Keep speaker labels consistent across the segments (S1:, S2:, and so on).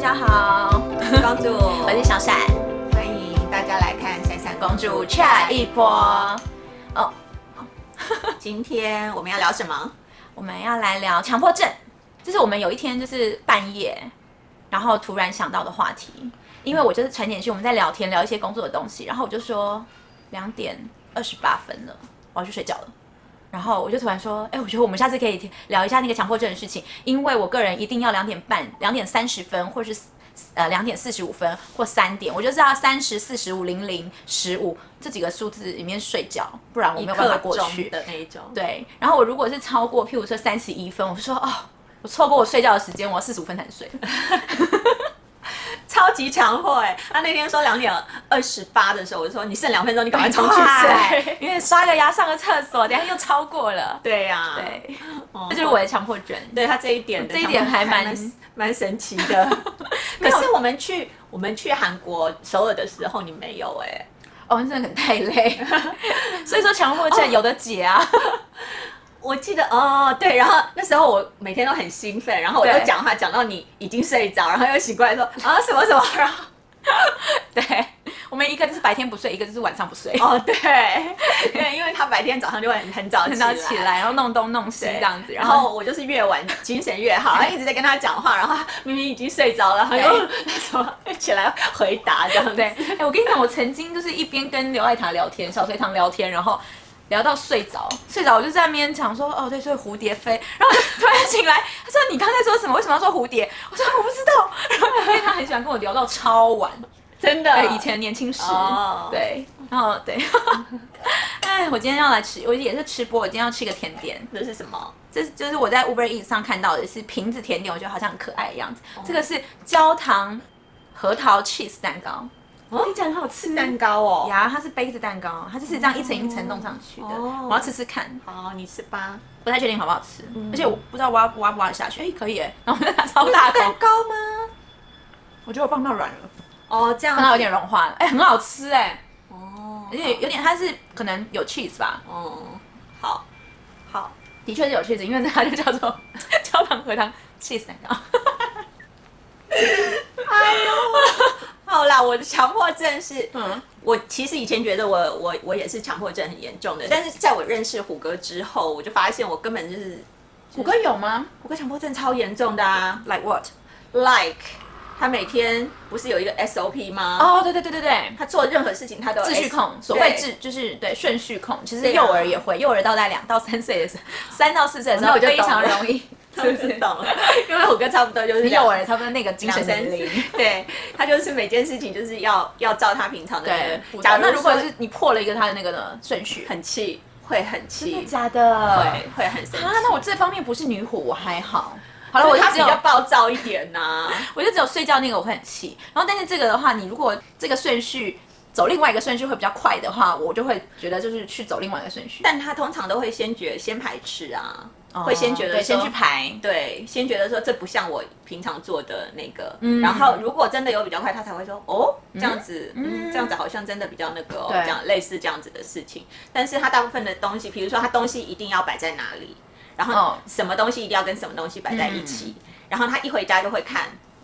S1: 家好，
S2: 帮助
S1: 我是小闪，
S2: 欢迎大家来看《闪闪
S1: 公主 chat 一波。哦，
S2: 今天我们要聊什么？
S1: 我们要来聊强迫症，这是我们有一天就是半夜，然后突然想到的话题。因为我就是传简讯，我们在聊天聊一些工作的东西，然后我就说两点二十八分了，我要去睡觉了。然后我就突然说，哎，我觉得我们下次可以聊一下那个强迫症的事情，因为我个人一定要两点半、两点三十分，或是呃两点四十五分或三点，我就是要三十四十五零零十五这几个数字里面睡觉，不然我没有办法过去。
S2: 的那一种，
S1: 对，然后我如果是超过，譬如说三十一分，我就说哦，我错过我睡觉的时间，我要四十五分才能睡。
S2: 超级强迫哎、他那天说两点二十八的时候，我就说你剩两分钟，你赶快冲去睡。
S1: 对，因为刷个牙、上个厕所，等一下又超 过了。
S2: 对呀、
S1: 对，
S2: 哦
S1: 这就是我的强迫症。
S2: 对他这一点的，
S1: 这一点还蛮
S2: 蛮神奇 的。 可是我们去我们去韩国首尔的时候，你没有哎、
S1: 哦，真的很太累， 所以说强迫症有的解啊。
S2: 哦我记得哦，对，然后那时候我每天都很兴奋，然后我就
S1: 对
S2: 讲话讲到你已经睡着，然后又醒过 来说啊什么什么，然 后
S1: 对，我们一个就是白天不睡，一个就是晚上不睡，
S2: 哦对，对，因为他白天早上就会很很早
S1: 等
S2: 起
S1: 到
S2: 来，
S1: 起 来， 然后弄东弄西
S2: 对
S1: 这样子，
S2: 然
S1: 然后
S2: 后我就是越晚精神越好，然后一直在跟他讲话，然后他明明已经睡着了，他
S1: 对
S2: 又什么起来回答这样子，
S1: 对，哎、我跟你讲，我曾经就是一边跟刘爱堂聊天，小隋堂聊天，然后聊到睡着，睡着我就在那边讲说，哦，对，所以蝴蝶飞，然后我就突然醒来，他说你刚才说什么？为什么要说蝴蝶？我说我不知道，然后因为他很喜欢跟我聊到超晚，
S2: 真的，
S1: 对，以前年轻时，
S2: 哦
S1: 对，然后对， 哎，我今天要来吃，我也是吃播，我今天要吃个甜点，
S2: 这是什么？
S1: 这是就是我在 Uber Eats 上看到的是瓶子甜点，我觉得好像很可爱的样子。这个是焦糖核桃 cheese 蛋糕，
S2: 哦
S1: 听起来很好吃。
S2: 蛋糕哦，
S1: 呀，它是杯子蛋糕，它就是这样一层一层弄上去的。
S2: 哦
S1: 我要吃吃看，
S2: 好，你吃吧，
S1: 不太确定好不好吃，
S2: 嗯
S1: 而且我不知道挖挖不挖得下去。哎，可以耶，然后我就拿超大口，
S2: 糕吗？
S1: 我觉得我放到软了，
S2: 哦，这样
S1: 放
S2: 子
S1: 到有点融化了。哎，很好吃哎，
S2: 哦
S1: 而且有点它是可能有 cheese 吧，
S2: 哦，好，好，
S1: 的确是有 cheese，因为它就叫做焦糖核桃 cheese 蛋糕。哎
S2: 好啦，我的强迫症是，
S1: 嗯，
S2: 我其实以前觉得我我我也是强迫症很严重的，但是在我认识虎哥之后，我就发现我根本就是
S1: 虎哥有吗
S2: 虎哥强迫症超严重的啊
S1: ？Like what？
S2: ，like 他每天不是有一个 SOP 吗？
S1: 哦，对对对对对，
S2: 他做任何事情他嗯都有
S1: 秩序
S2: S-
S1: 控，所谓
S2: 对
S1: 秩就是对顺序控。其实
S2: 对啊
S1: 幼儿也会，幼儿到大概两到三岁的时候，三到四岁的时
S2: 那
S1: 候
S2: 我就
S1: 非
S2: 懂
S1: 常
S2: 了
S1: 容 易，
S2: 是不是懂了？因为虎哥差不多就是
S1: 跟幼儿差不多那个精
S2: 两
S1: 神
S2: 三
S1: 年
S2: 岁
S1: 龄。，
S2: 对他就是每件事情就是要要照他平常的
S1: 对，
S2: 那个。
S1: 假
S2: 假
S1: 如
S2: 如
S1: 那如果
S2: 说
S1: 是你破了一个他的那个呢顺序，
S2: 很气，会很气，
S1: 假的？
S2: 会
S1: 啊，
S2: 会很生气。
S1: 那我这方面不是女虎，我还好。好了，我就
S2: 他
S1: 只
S2: 比
S1: 有
S2: 较暴躁一点啊呐、
S1: 我就只有睡觉那个我会很气，然后但是这个的话，你如果这个顺序走另外一个顺序会比较快的话，我就会觉得就是去走另外一个顺序，
S2: 但他通常都会先觉先排斥啊，会先觉
S1: 对
S2: 得
S1: 先
S2: 说
S1: 去。排，
S2: 对，先觉得说这不像我平常做的那个，
S1: 嗯
S2: 然后如果真的有比较快，他才会说哦，这样子，嗯，这样子好像真的比较那个、哦，
S1: 对
S2: 这样类似这样子的事情。但是他大部分的东西，比如说他东西一定要摆在哪里，然后
S1: 哦嗯
S2: 什么东西一定要跟什么东西摆在一起，然后他一回家就会看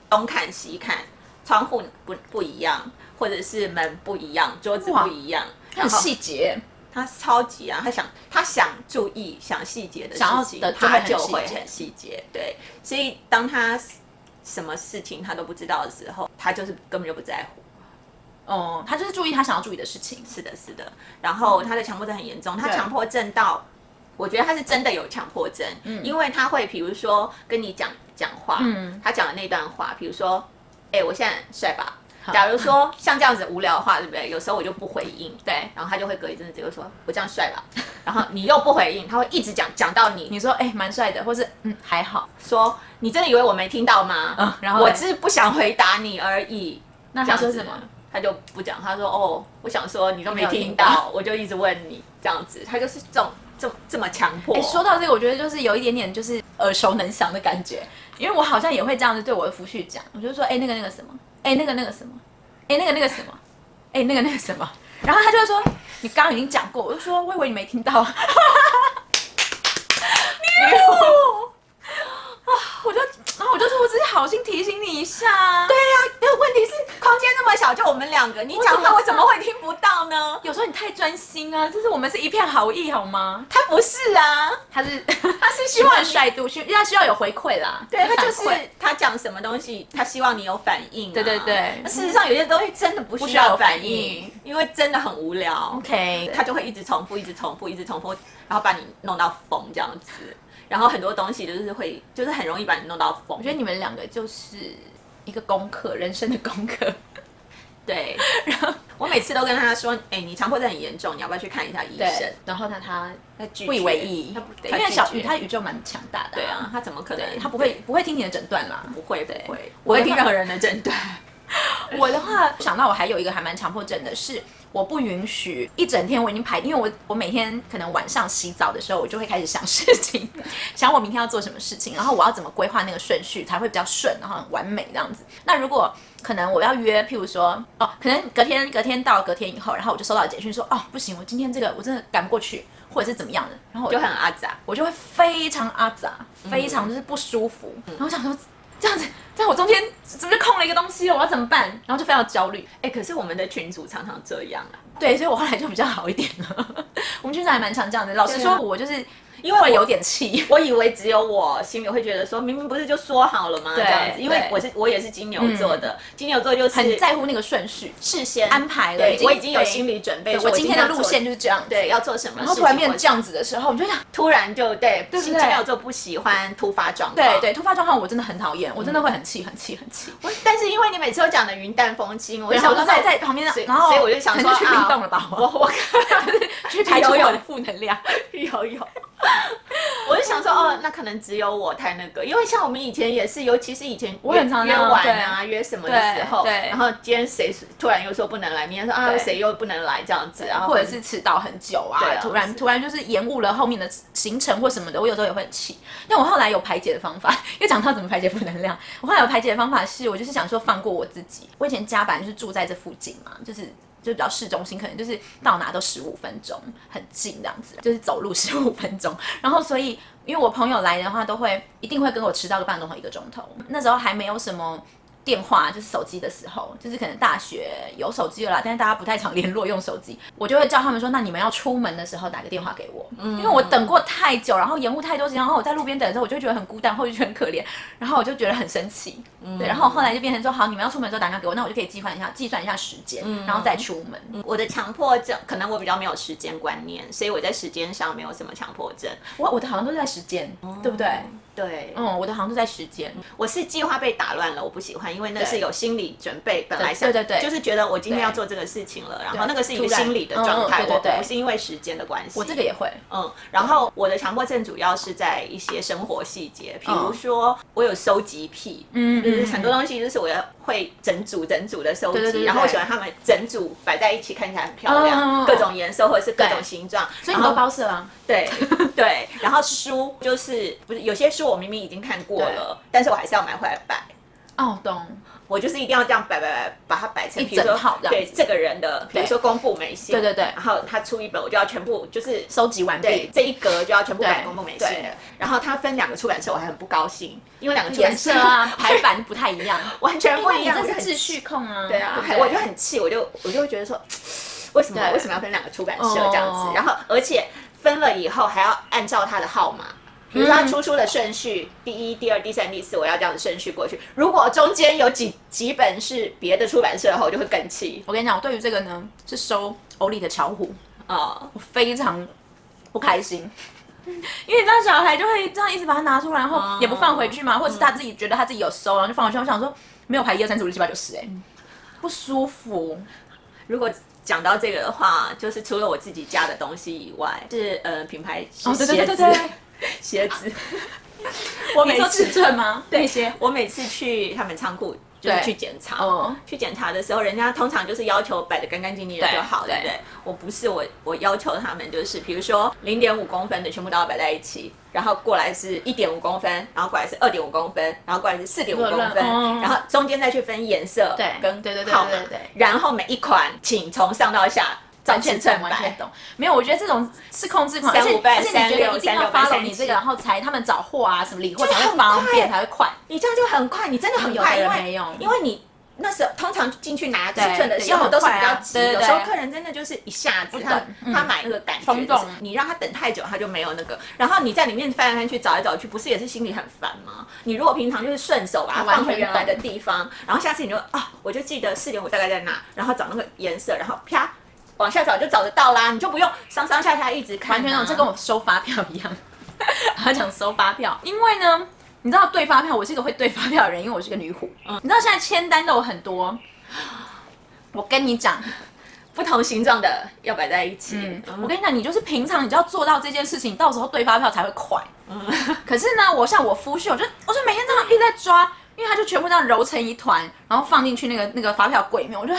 S2: 东看西看，窗户不不一样，或者是门不一样，桌子
S1: 哇
S2: 不一样，然
S1: 很
S2: 后
S1: 细节。
S2: 他超级啊，他想他想注意想细节的
S1: 想要
S2: 事情，
S1: 的就会
S2: 他
S1: 很
S2: 就
S1: 细
S2: 会
S1: 节
S2: 很细节。对，所以当他什么事情他都不知道的时候，他就是根本就不在乎。
S1: 哦，他就是注意他想要注意的事情。
S2: 是的，是的。然后他的强迫症很严重，他
S1: 嗯对
S2: 强迫症到，我觉得他是真的有强迫症，因为他会比如说跟你讲讲话，
S1: 嗯
S2: 他讲的那段话，比如说，哎、我现在很帅吧？假如说像这样子无聊的话，对不对？有时候我就不回应，
S1: 对，
S2: 然后他就会隔一阵子就说：“我这样帅 吧？”然后你又不回应，他会一直讲讲到你
S1: 你说哎，蛮、帅的，或是嗯还好，
S2: 说：“你真的以为我没听到吗？”
S1: 嗯然后嘞
S2: 我只是不想回答你而已。
S1: 那
S2: 这
S1: 他
S2: 样
S1: 说
S2: 子
S1: 什么？？
S2: 他就不讲，他说：“哦，我想说你都没
S1: 没有
S2: 听
S1: 听到
S2: 到，我就一直问你这样子。”他就是这种这么这么强迫。
S1: 哎、说到这个，我觉得就是有一点点就是耳熟能详的感觉，因为我好像也会这样子对我的夫婿讲，我就说，哎、那个那个什么，哎、那个那个什么，哎、那个那个什么，哎、那个那个什么，然后他就会说，你刚刚已经讲过，我就说，我以为你没听到啊， 你啊我就，然后我就说，我只是好心提醒你一下，对，啊
S2: 啊小，就我们两个，你讲话我怎么会听不到呢？
S1: 有时候你太专心啊，就是我们是一片好意好吗？
S2: 他不是啊，
S1: 他是
S2: 他是希
S1: 希
S2: 望
S1: 望
S2: 你
S1: 帅度，需他需要有回馈啦，
S2: 对他就
S1: 反
S2: 是
S1: 馈
S2: 他讲什么东西，他希望你有反应啊、
S1: 对对对
S2: 那事实上，有些东西真的不
S1: 不
S2: 需
S1: 需要
S2: 要
S1: 有
S2: 反
S1: 反应
S2: 应，因为真的很无聊。
S1: OK，
S2: 他就会一直重复，一直重复，一直重复，然后把你弄到疯这样子。然后很多东西就是会，就是很容易把你弄到疯。
S1: 我觉得你们两个就是一个功课，人生的功课。
S2: 对。然后我每次都跟他说：“哎、你强迫症很严重，你要不要去看一下医生
S1: 对，然后呢，他？”
S2: 他拒绝
S1: 不以为意
S2: 他不，
S1: 对
S2: 他
S1: 因为
S2: 拒
S1: 小
S2: 绝
S1: 雨他宇宙蛮强大的、
S2: 对啊，，他怎么可能？
S1: 对他不会不会听你的诊断啦。
S2: 不会不
S1: 对
S2: 会不
S1: 我
S2: 会
S1: 的
S2: 听
S1: 话
S2: 任何人的诊 断。
S1: 我的话，想到我还有一个还蛮强迫症的是，我不允许一整天我已经排，因为我我每天可能晚上洗澡的时候，我就会开始想事情， 想我明天要做什么事情，然后我要怎么规划那个顺序才会比较顺，然后很完美这样子。那如果可能我要约，譬如说，哦，可能隔天隔天到隔天以后，然后我就收到简讯说，哦，不行，我今天这个我真的赶不过去，或者是怎么样的，然后我
S2: 就很阿杂。
S1: 我就会非常阿杂，
S2: 嗯
S1: 非常就是不舒服。然后想说这样子，在我中间怎么就空了一个东西了？我要怎么办？然后就非常焦虑。
S2: 哎、可是我们的群主常常这样啊，
S1: 对，所以我后来就比较好一点了。 我们确实还蛮常这样的。老实
S2: 对
S1: 说，
S2: 啊
S1: 我就是
S2: 因
S1: 会
S2: 为
S1: 有
S2: 我
S1: 点气。
S2: 我以为只有我心里会觉得说，明明不是就说好了吗？这
S1: 对
S2: 样子，因为
S1: 对
S2: 我是我也是金牛座的，金牛座就是
S1: 很在乎那个顺序，
S2: 嗯事先
S1: 安排了
S2: 对
S1: 已经
S2: 我已经有
S1: 对
S2: 心理准备，
S1: 对
S2: 说
S1: 我今天的路线
S2: 要
S1: 就是这样
S2: 做
S1: 子。
S2: 对嗯要做什么事情，
S1: 然后突然变
S2: 或
S1: 这样子的时候，我就想，
S2: 突然就对，
S1: 对不
S2: 金
S1: 对
S2: 金牛座不喜欢突发状况，
S1: 对。对，突发状况我真的很讨厌，我真
S2: 嗯
S1: 的会很气，很气，很气。
S2: 我但是因为你每次都讲的云淡风轻，我就
S1: 然
S2: 想
S1: 后啊
S2: 说
S1: 我就在在旁边
S2: 所以，
S1: 然后
S2: 所以我就想
S1: 可
S2: 说
S1: 能去运
S2: 啊
S1: 动了吧，
S2: 我
S1: 我
S2: 我
S1: 去排除
S2: 游泳
S1: 我的负能量。
S2: 有有，我就想说哦，那可能只有我太那个，因为像我们以前也是，尤其是以前
S1: 我
S2: 约
S1: 很常
S2: 约
S1: 这样
S2: 玩啊，约什么的时候，
S1: 对对
S2: 然后今天谁突然又说不能来，明天说啊
S1: 对
S2: 谁又不能来这样子，然后
S1: 啊或者是迟到很久啊，
S2: 对啊
S1: 突然
S2: 是
S1: 突然就是延误了后面的行程或什么的，我有时候也会很气。但我后来有排解的方法，又讲到怎么排解负能量。我后来有排解的方法是，我就是想说放过我自己。我以前加班就是住在这附近嘛，就是就比较市中心，可能就是到哪都十五分钟，很近这样子，就是走路十五分钟。然后所以因为我朋友来的话，都会一定会跟我迟到个半个钟头一个钟头。那时候还没有什么。电话就是手机的时候，就是可能大学有手机了啦，但是大家不太常联络用手机，我就会叫他们说，那你们要出门的时候打个电话给我，因为我等过太久，然后延误太多时间，然后我在路边等的时候，我就觉得很孤单，或者觉得很可怜，然后我就觉得很生气，对，然后后来就变成说，好，你们要出门的时候打电话给我，那我就可以计算一下，计算一下时间，然后再出门。
S2: 我的强迫症，可能我比较没有时间观念，所以我在时间上没有什么强迫症。
S1: 我我的好像都是在时间，对不对？
S2: 对，
S1: 嗯，我的好像都在时间，
S2: 我是计划被打乱了，我不喜欢，因为那
S1: 对
S2: 是有心理准备，本来想
S1: 对对对
S2: 就是觉得我今天
S1: 对
S2: 要做这个事情了，然后
S1: 对
S2: 那个是一个
S1: 突然
S2: 心理的状态，我
S1: 嗯嗯对对对
S2: 我不是因为时间的关系。
S1: 我这个也会，
S2: 嗯，然后我的强迫症主要是在一些生活细节，比如说我有收集癖，
S1: 嗯
S2: 就是很多东西就是我会整组整组的收集，
S1: 对对对对
S2: 然后我喜欢它们整组摆在一起，看起来很漂亮，
S1: 嗯嗯嗯嗯
S2: 各种颜色或者是各种
S1: 对
S2: 形状，
S1: 所以
S2: 然
S1: 你
S2: 后
S1: 都包色啊，
S2: 对对，然后书就是不是有些书我明明已经看过了，但是我还是要买回来摆。
S1: 哦，懂，
S2: 我就是一定要这样摆摆摆，把它摆成
S1: 一
S2: 比如说
S1: 整套这样
S2: 对这个人的，比如
S1: 对
S2: 说公布美信，
S1: 对对对
S2: 然后他出一本，我就要全部就是
S1: 收集完
S2: 对
S1: 毕，
S2: 这一格就要全部摆
S1: 对
S2: 公布美信
S1: 对
S2: 的。然后他分两个出版社，我还很不高兴，因为两个出版
S1: 颜
S2: 社
S1: 色 啊，排版不太一样。
S2: 完全不
S1: 那
S2: 一
S1: 你
S2: 样，我就
S1: 这
S2: 很
S1: 是秩序控啊，
S2: 对啊，
S1: 不
S2: 我就很气，我就我就会觉得说， 为什么
S1: 对
S2: 为什么要分两个出版社这样子？
S1: 哦
S2: 然后而且分了以后还要按照它的号码。比如说它出书的顺序，第一、第二、第三、第四，我要这样的顺序过去。如果中间有几几本是别的出版社的话，我就会更气
S1: 我跟你讲，我对于这个呢是收欧丽的巧虎，
S2: 哦。
S1: 我非常不开心。 因为你知道小孩就会这样一直把它拿出来，然后也不放回去嘛，或者是他自己觉得他自己有收，然后就放回去。我想说没有排一二三四五六七八九十，哎，不舒服。
S2: 如果讲到这个的话，就是除了我自己家的东西以外，是呃品牌是
S1: 哦对
S2: 鞋
S1: 对对对
S2: 子，
S1: 对，
S2: 鞋子。我
S1: 你
S2: 每
S1: 说
S2: 次
S1: 尺寸吗？那些，
S2: 我每次去他们仓库就是
S1: 对
S2: 去检查，
S1: 哦
S2: 去检查的时候，人家通常就是要求摆的干干净净的
S1: 对
S2: 就好，对不
S1: 对
S2: 对？我不是我，我要求他们就是，比如说零点五公分的全部都要摆在一起，然后过来是一点五公分，然后过来是二点五公分，然后过来是四点五
S1: 乱
S2: 公
S1: 乱
S2: 分，
S1: 哦
S2: 然后中间再去分颜色，
S1: 对
S2: 跟
S1: 对对对
S2: 号码
S1: 对对对
S2: 然后每一款请从上到下照
S1: 完
S2: 尺
S1: 全
S2: 寸
S1: 懂，完全
S2: 摆，
S1: 懂。没有，我觉得这种是控制狂，
S2: 三
S1: 而且
S2: 五半
S1: 而且你觉
S2: 三
S1: 得
S2: 六
S1: 一定
S2: 三
S1: 要
S2: 六半
S1: follow 你
S2: 三七
S1: 这个，然后才他们找货啊什么理货
S2: 就是
S1: 才会
S2: 很
S1: 方
S2: 快
S1: 便，才会快。
S2: 你这样就很快，你真的很
S1: 有
S2: 快，因
S1: 的人
S2: 为
S1: 没有
S2: 因为你。那时候通常进去拿尺
S1: 对
S2: 寸的
S1: 对
S2: 时候
S1: 要
S2: 都是
S1: 很
S2: 比
S1: 快
S2: 较
S1: 啊
S2: 急，
S1: 对对
S2: 有
S1: 对
S2: 时候客人真的就是一下子他
S1: 嗯
S2: 他买那个感觉，
S1: 冲动
S2: 就是你让他等太久他就没有那个，然后你在里面翻来翻去找来找去，不是也是心里很烦吗？你如果平常就是顺手把它
S1: 我完
S2: 放回
S1: 全
S2: 原来的
S1: 懂
S2: 地方，然后下次你就啊，我就记得四点五大概在哪，然后找那个颜色，然后啪。往下找就找得到啦，你就不用上上下下一直看啊、
S1: 完全懂，这跟我收发票一样。他讲收发票，因为呢，你知道对发票，我是一个会对发票的人，因为我是个女虎。
S2: 嗯
S1: 你知道现在签单都有很多，我跟你讲，
S2: 不同形状的要摆在一起。
S1: 嗯，我跟你讲，你就是平常你就要做到这件事情，到时候对发票才会快。可是呢，我像我夫婿，我就我就每天这样一直在抓，因为他就全部这样揉成一团，然后放进去那个那个发票柜里面，我就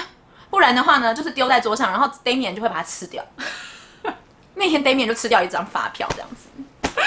S1: 不然的话呢，就是丢在桌上，然后 Damian 就会把它吃 掉。那天 Damian 就吃掉一张发票这样子。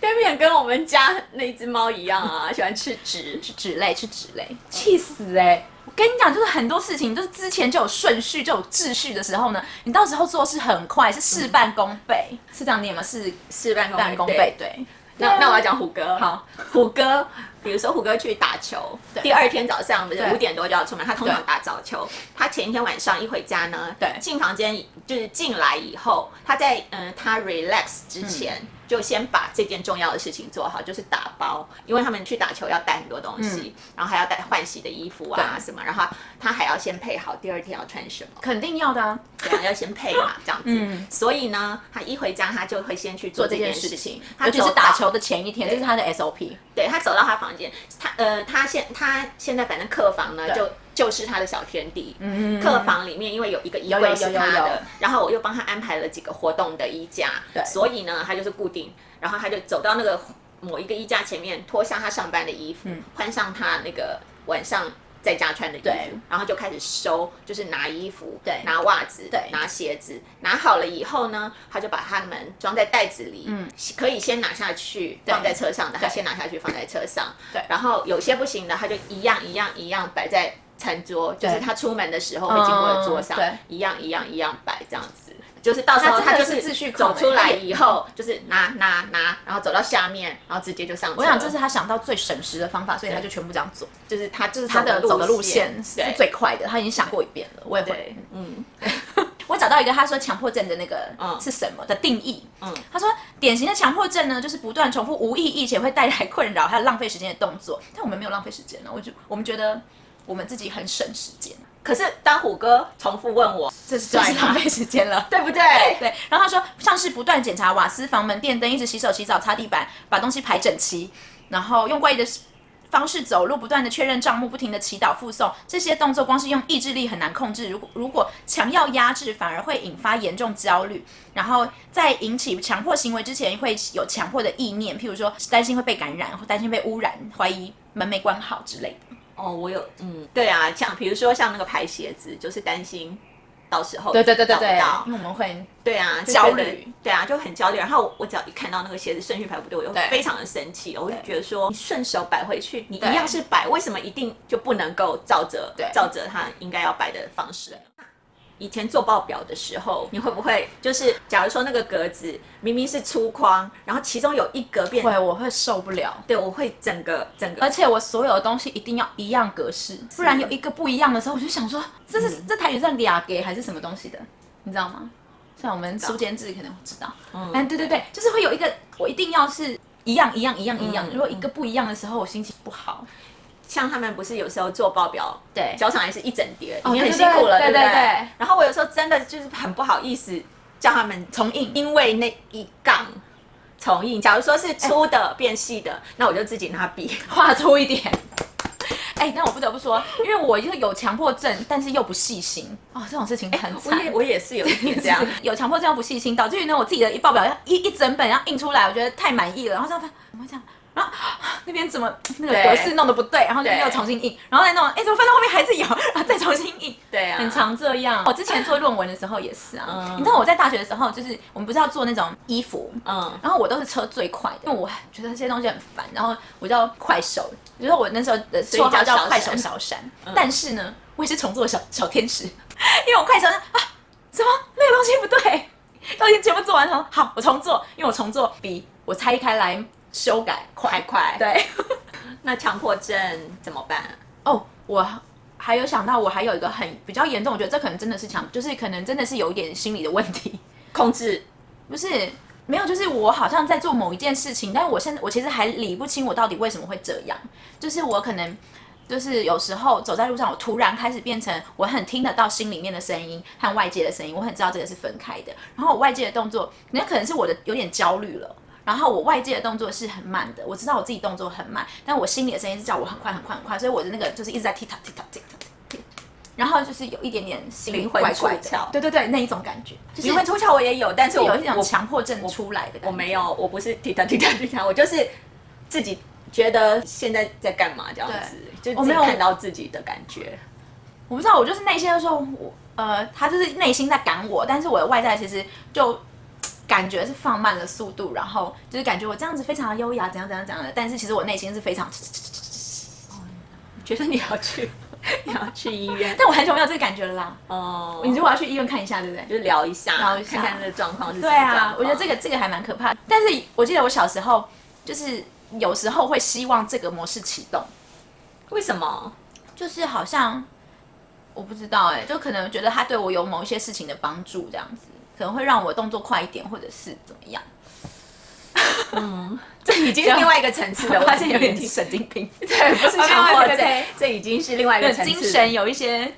S2: Damian 跟我们家那只猫一样啊，喜欢吃 纸。
S1: 是纸类，是纸类，气死哎、我跟你讲，就是很多事情，就是之前就有顺序、就有秩序的时候呢，你到时候做事很快，是事半功倍，是这样念吗？是
S2: 事半功倍
S1: 半功倍，嗯对。
S2: 那那我要讲虎哥。
S1: 好，
S2: 虎哥，比如说虎哥去打球，
S1: 对
S2: 第二天早上不是
S1: 对
S2: 五点多就要出门，他通常
S1: 对
S2: 打早球。他前一天晚上一回家呢，
S1: 对
S2: 进房间就是进来以后，他在嗯、呃他 relax 之前。
S1: 嗯
S2: 就先把这件重要的事情做好，就是打包，因为他们去打球要带很多东西，然后还要带换洗的衣服啊
S1: 嗯对
S2: 什么，然后他还要先配好第二天要穿什么。
S1: 肯定要的、啊，
S2: 对，要先配嘛，这样子。
S1: 嗯
S2: 所以呢，他一回家，他就会先去做
S1: 做
S2: 这
S1: 这
S2: 件
S1: 件
S2: 事
S1: 事
S2: 情
S1: 情，，
S2: 他
S1: 尤其
S2: 走
S1: 是打
S2: 到
S1: 球的前一天，这是他的 SOP。
S2: 对他走到他房间，他呃，他现他现在反正客房呢，
S1: 对
S2: 就就是他的小天地。
S1: 嗯
S2: 客房里面因为有一个衣
S1: 有有
S2: 柜
S1: 有
S2: 是
S1: 有
S2: 他
S1: 有
S2: 的，然后我又帮他安排了几个活动的衣架，
S1: 对
S2: 所以呢，他就是固定，然后他就走到那个某一个衣架前面，脱下他上班的衣服
S1: 嗯，
S2: 换上他那个晚上。在家穿的衣
S1: 对
S2: 服，然后就开始收，就是拿衣服，
S1: 对
S2: 拿袜子，
S1: 对
S2: 拿鞋子，拿好了以后呢，他就把它们装在袋子里，嗯，可以先拿下去
S1: 对
S2: 放在车上的，他
S1: 对
S2: 先拿下去放在车上，
S1: 对
S2: 然后有些不行的，他就一样一样一样摆在餐桌，就是
S1: 对
S2: 他出门的时候会经过的桌上，
S1: 嗯对
S2: 一样一样一样摆这样子。就是到时候
S1: 他
S2: 他
S1: 真
S2: 就
S1: 的
S2: 是
S1: 是秩序控
S2: 走
S1: 欸
S2: 出来以后，就是拿拿拿，然后走到下面，然后直接就上车。
S1: 我想这是他想到最省时的方法，所以
S2: 对
S1: 他就全部这样做。
S2: 就是他就是
S1: 他的走的路线是
S2: 对
S1: 最快的，他已经想过一遍了。我也会
S2: 对，，嗯
S1: 我找到一个他说强迫症的那个
S2: 嗯
S1: 是什么的定义。
S2: 嗯
S1: 他说典型的强迫症呢，就是不断重复无意义且会带来困扰还有浪费时间的动作。但我们没有浪费时间呢，我就我们觉得我们自己很省时间，
S2: 可是当虎哥重复问我，
S1: 这是这
S2: 对
S1: 是
S2: 啊
S1: 浪费时间了。
S2: 对不对？
S1: 对，然后他说像是不断检查瓦斯、房门、电灯，一直洗手、洗澡、擦地板，把东西排整齐，然后用怪异的方式走路，不断的确认账目，不停的祈祷、附送这些动作，光是用意志力很难控制。如果如果强要压制，反而会引发严重焦虑，然后在引起强迫行为之前，会有强迫的意念，譬如说担心会被感染，或担心被污染，怀疑门没关好之类的。
S2: 哦，我有，嗯，对啊，像比如说像那个排鞋子，就是担心到时候找不到
S1: 因为我们会
S2: 对啊，就
S1: 焦
S2: 觉得
S1: 虑，
S2: 对啊，就很焦虑。然后我我只要一看到那个鞋子顺序排不对，我就
S1: 对
S2: 非常的生气，我就觉得说，你顺手摆回去，你一
S1: 对
S2: 样是摆，为什么一定就不能够照着
S1: 对
S2: 照着它应该要摆的方式？以前做报表的时候，你会不会就是，假如说那个格子明明是粗框，然后其中有一格变，
S1: 会我会受不了。
S2: 对我会整个整个
S1: 而且我所有的东西一定要一样格式，不然有一个不一样的时候，我就想说，这是、
S2: 嗯
S1: 这台语算俩给还是什么东西的，你知道吗？像我们苏监制可能会知道，
S2: 嗯
S1: 嗯，对对对，就是会有一个我一定要是一样一样一样一样，
S2: 嗯
S1: 如果一个不一样的时候，我心情不好。
S2: 像他们不是有时候做报表，
S1: 对
S2: 交场也是一整叠，
S1: 哦
S2: 已经很
S1: 对对
S2: 辛苦了，
S1: 对
S2: 不
S1: 对对
S2: 然后我有时候真的就是很不好意思叫他们
S1: 重印
S2: 因为那一杠重印。假如说是粗的变细
S1: 嗯
S2: 的，那我就自己拿 笔。
S1: 画粗一点。哎、但我不得不说，因为我就是有强迫症，但是又不细心哦，这种事情很
S2: 哎我
S1: 惨。
S2: 也我也是有一点 这样，
S1: 有强迫症又不细心，导致于呢，我自己的一报表要一一整本要印出来，我觉得太满意了，然后这样发怎么会这样？然后啊那边怎么那个
S2: 对
S1: 格式弄得不对，然后就
S2: 对
S1: 又重新印，然后再弄，哎，怎么翻到后面还是有，然后再重新印，
S2: 对啊，
S1: 很。常这样。我之前做论文的时候也是啊，
S2: 嗯
S1: 你知道我在大学的时候，就是我们不是要做那种衣服，
S2: 嗯，
S1: 然后我都是车最快的，因为我觉得这些东西很烦，然后我叫快手，就是我那时候的
S2: 所以
S1: 绰
S2: 叫
S1: 号
S2: 小嗯
S1: 叫快手
S2: 闪
S1: 小闪，但是呢，我也是重做小小天使， 因为我快手啊，什么那个东西不对， 都已经全部做完了，好，我重做，因为我重做比我拆开来修改
S2: 快
S1: 快，
S2: 快。
S1: 对，
S2: 那强迫症怎么办？
S1: 哦，我还有想到我还有一个很比较严重，我觉得这可能真的是强，就是可能真的是有一点心理的问题，
S2: 控制
S1: 不是没有，就是我好像在做某一件事情，但是我现在我其实还理不清我到底为什么会这样，就是我可能。就是有时候走在路上，我突然开始变成我很听得到心里面的声音和外界的声音，我很知道这个是分开的。然后我外界的动作，那可能是我的有点焦虑了。然后我外界的动作是很慢的，我知道我自己动作很慢，但我心里的声音是叫我很快很快很快，所以我的那个就是一直在踢踏踢踏踢踏踢踏，然后就是有一点点心里
S2: 灵魂
S1: 怪怪
S2: 出
S1: 的
S2: 窍，
S1: 对对对，那一种感觉，就是
S2: 灵魂出窍我也有，但是我
S1: 有一种
S2: 我
S1: 强迫症出来的感觉。
S2: 我没有，我不是滴答滴答滴 答，我就是自己觉得现在在干嘛这样子，就
S1: 我
S2: 自
S1: 没
S2: 己
S1: 有
S2: 看到自己的感觉。
S1: 我不知道，我就是内心的时候，我呃，他就是内心在赶我，但是我的外在其实就嘖感觉是放慢了速度，然后就是感觉我这样子非常的优雅，怎样怎样怎样的，但是其实我内心是非常，嘖嘖嘖
S2: 觉得你要去， 你要去医 院
S1: 但我很久没有这个感觉了啦。
S2: 哦，
S1: 你如果要去医院看一下，对不对？
S2: 就是聊一下，
S1: 聊一下
S2: 看看那个状况是什
S1: 对
S2: 么状况
S1: 啊，我觉得这个这个还蛮可怕的。但是我记得我小时候就是有时候会希望这个模式启动，
S2: 为什么？
S1: 就是好像我不知道哎、就可能觉得他对我有某一些事情的帮助，这样子可能会让我动作快一点，或者是怎么样。
S2: 这已经是另外一个层次 的，我
S1: 发现有点神经病，哦
S2: 对，不 是
S1: 我
S2: 强
S1: 刚
S2: 迫
S1: 刚以
S2: 症
S1: 为，
S2: 这已经是另外一个层次
S1: 精
S2: 的。
S1: 神有一些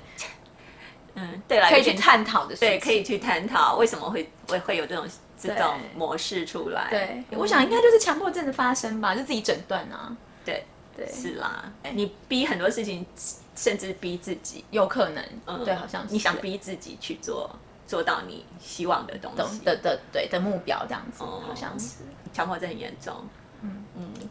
S2: 嗯，对了，
S1: 可以
S2: 有
S1: 去
S2: 点
S1: 探讨的事
S2: 对，
S1: 情。
S2: 可以去探讨为什么会会会有这种这种模式出来。
S1: 对，我想应该就是强迫症的发生吧，就自己诊断啊。
S2: 对
S1: 对，
S2: 是啦，你逼很多事情，甚至逼自己。
S1: 嗯有可能。对，好像是
S2: 你想逼自己去做，做到你希望的东
S1: 懂
S2: 西。
S1: 的的对的目标这样子，
S2: 哦
S1: 好像是。
S2: 强迫症很严重，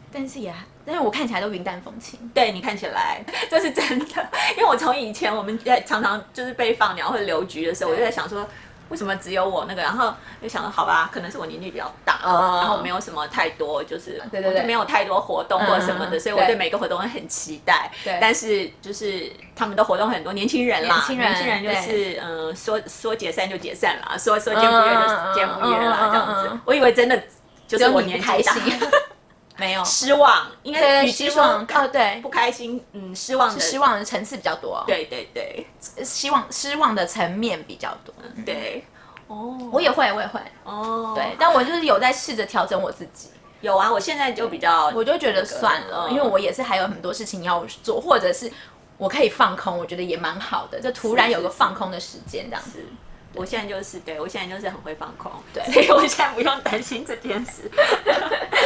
S1: 但是也，但是我看起来都云淡风轻。
S2: 对你看起来 这是真的，因为我从以前我们在常常就是被放鸟或者留局的时候，我
S1: 对
S2: 就在想说。为什么只有我那个？然后就想说，好吧，可能是我年纪比较大，
S1: 哦
S2: 然后没有什么太多，就是
S1: 对对对
S2: 我就没有太多活动或什么的，
S1: 嗯
S2: 所以我对
S1: 对
S2: 每个活动很期待。
S1: 对
S2: 但是就是他们的活动很多，年轻人啦，
S1: 年轻人
S2: 就是嗯、呃说说解散就解散啦，说说见不约就见不约啦，
S1: 嗯嗯嗯嗯嗯嗯
S2: 这样
S1: 嗯
S2: 子。我以为真的就
S1: 只
S2: 是
S1: 有
S2: 我
S1: 你
S2: 年
S1: 不
S2: 纪
S1: 开
S2: 大
S1: 心，没 有。
S2: 失望，应该
S1: 对，
S2: 与其
S1: 失
S2: 说
S1: 望哦，对
S2: 不，开心，嗯，失望的
S1: 失，望的层次比较多。，哦
S2: 对对对
S1: 希望失望的层面比较多。
S2: 对，哦，
S1: 嗯我也会，我也会。
S2: 哦，
S1: 对，，但我就是有在试着调整我自己。
S2: 有啊，我现在就比较，
S1: 我就觉得算了，
S2: 嗯
S1: 因为我也是还有很多事情要做，或者是我可以放空，我觉得也蛮好的，就突然有个放空的时间这样子。
S2: 我现在就是，对我现在就是很会放空，
S1: 对
S2: 所以我现在不用担心这件事，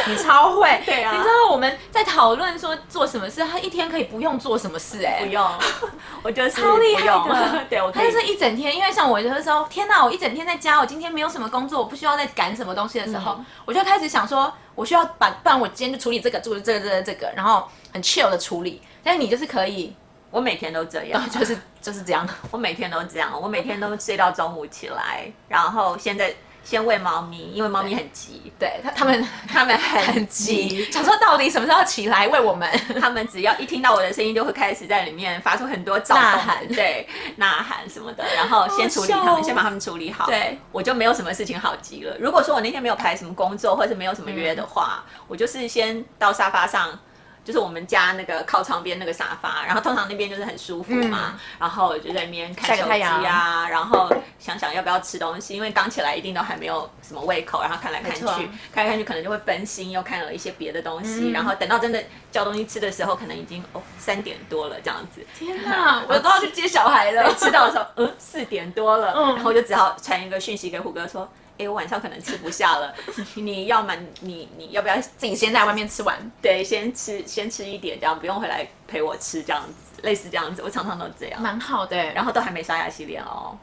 S1: 你超会，
S2: 对啊
S1: 你知道我们在讨论说做什么事，他一天可以不用做什么事、
S2: 不
S1: 哎。
S2: 用， 我就是
S1: 超厉害
S2: 不
S1: 的
S2: 用， 对我
S1: 他
S2: 可
S1: 就
S2: 以，
S1: 是一整天，因为像我就是说，天哪，我一整天在家，我今天没有什么工作，我不需要再赶什么东西的时候，
S2: 嗯
S1: 我就开始想说，我需要把，不然我今天就处理这个，处理这个，这个，这个，然后很 chill 的处理。但是你就是可以，
S2: 我每天都这
S1: 然
S2: 样
S1: 后， 哦就是就是这样，
S2: 我每天都这样，我每天都睡到中午起来，然后现在先喂猫咪，因为猫咪很急，
S1: 对他他们
S2: 它们
S1: 很
S2: 很
S1: 急，想说到底什么时候起来为我们？
S2: 他们只要一听到我的声音，就会开始在里面发出很多躁
S1: 呐
S2: 动
S1: 喊
S2: 的，对，呐喊什么的，然后先处理
S1: 好
S2: 他
S1: 好笑
S2: 们，
S1: 哦
S2: 先把他们处理好，
S1: 对，
S2: 我就没有什么事情好急了。如果说我那天没有排什么工作，或是没有什么约的话，我就是先到沙发上。就是我们家那个靠窗边那个沙发，然后通常那边就是很舒服嘛，然后我就在那边看
S1: 晒个
S2: 手
S1: 太
S2: 机
S1: 阳
S2: 啊，然后想想要不要吃东西，因为刚起来一定都还没有什么胃口，然后看来看
S1: 没
S2: 去，
S1: 错
S2: 看来看去可能就会分心，又看了一些别的东西，
S1: 嗯
S2: 然后等到真的叫东西吃的时候，可能已经哦三点多了这样 子，
S1: 天哪，我都要去接小孩了
S2: 吃到的时候嗯四点多了，
S1: 嗯
S2: 然后我就只好传一个讯息给虎哥说，哎，我晚上可能吃不下了，你要么你你要不要
S1: 自己先在外面吃完，
S2: 对先吃先吃一点这样，不用回来陪我吃这样子，类似这样子，我常常都这样，
S1: 蛮好的欸。然
S2: 然后都还没刷牙洗脸哦，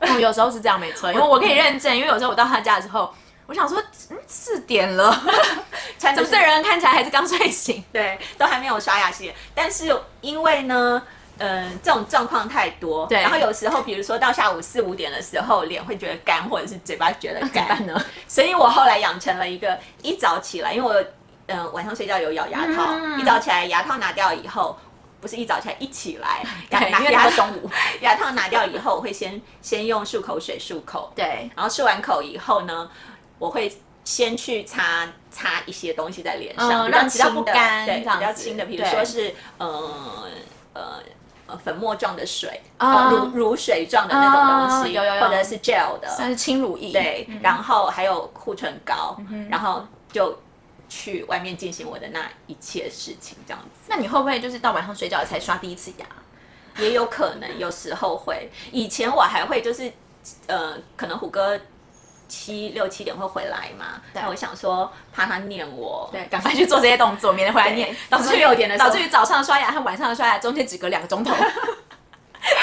S1: 后我有时候是这样，没错，因为我可以认证，因为有时候我到他家之后，我想说，嗯，四点了，
S2: 穿
S1: 怎
S2: 着
S1: 么这人看起来还是刚睡 醒？
S2: 对，都还没有刷牙洗脸。但是因为呢，嗯、这种状况太多，
S1: 对
S2: 然后有时候，比如说到下午四五点的时候，脸会觉得干，或者是嘴巴觉 得
S1: 怎么
S2: 干
S1: 办呢？
S2: 所以我后来养成了一个一早起来，因为我嗯、晚上睡觉有咬牙套，
S1: 嗯
S2: 一早起来牙套拿掉以后。不是一早起来一起来，牙
S1: 对，因
S2: 拿
S1: 为到
S2: 牙套
S1: 中午，
S2: 牙套拿掉以后，我会先先用漱口水漱口，
S1: 对，
S2: 然后漱完口以后呢，我会先去擦擦一些东西在脸上，
S1: 嗯
S2: 比较
S1: 让其他
S2: 轻
S1: 不
S2: 的
S1: 干
S2: 对，
S1: 这样
S2: 比较
S1: 子
S2: 轻的，比如
S1: 对
S2: 呃说是呃呃呃粉末状的水，
S1: 啊
S2: 呃乳乳水状的那种东西，
S1: 啊有有有
S2: 或者是 gel 的，
S1: 算是轻乳液。
S2: 对，
S1: 嗯
S2: 然后还有护唇膏，然后就去外面进行我的那一切事情，这样子
S1: 那你会不会就是到晚上睡觉才刷第一次牙？
S2: 也有可能有时候会。以前我还会就是呃，可能虎哥。七六七点会回来嘛？
S1: 对
S2: 那我想说，怕他念我，
S1: 对，赶快去做这些动作，免得回来
S2: 对
S1: 念。导致
S2: 是六点的时
S1: 导
S2: 候
S1: 致于早上刷牙和晚上的刷牙中间只隔两个钟 头，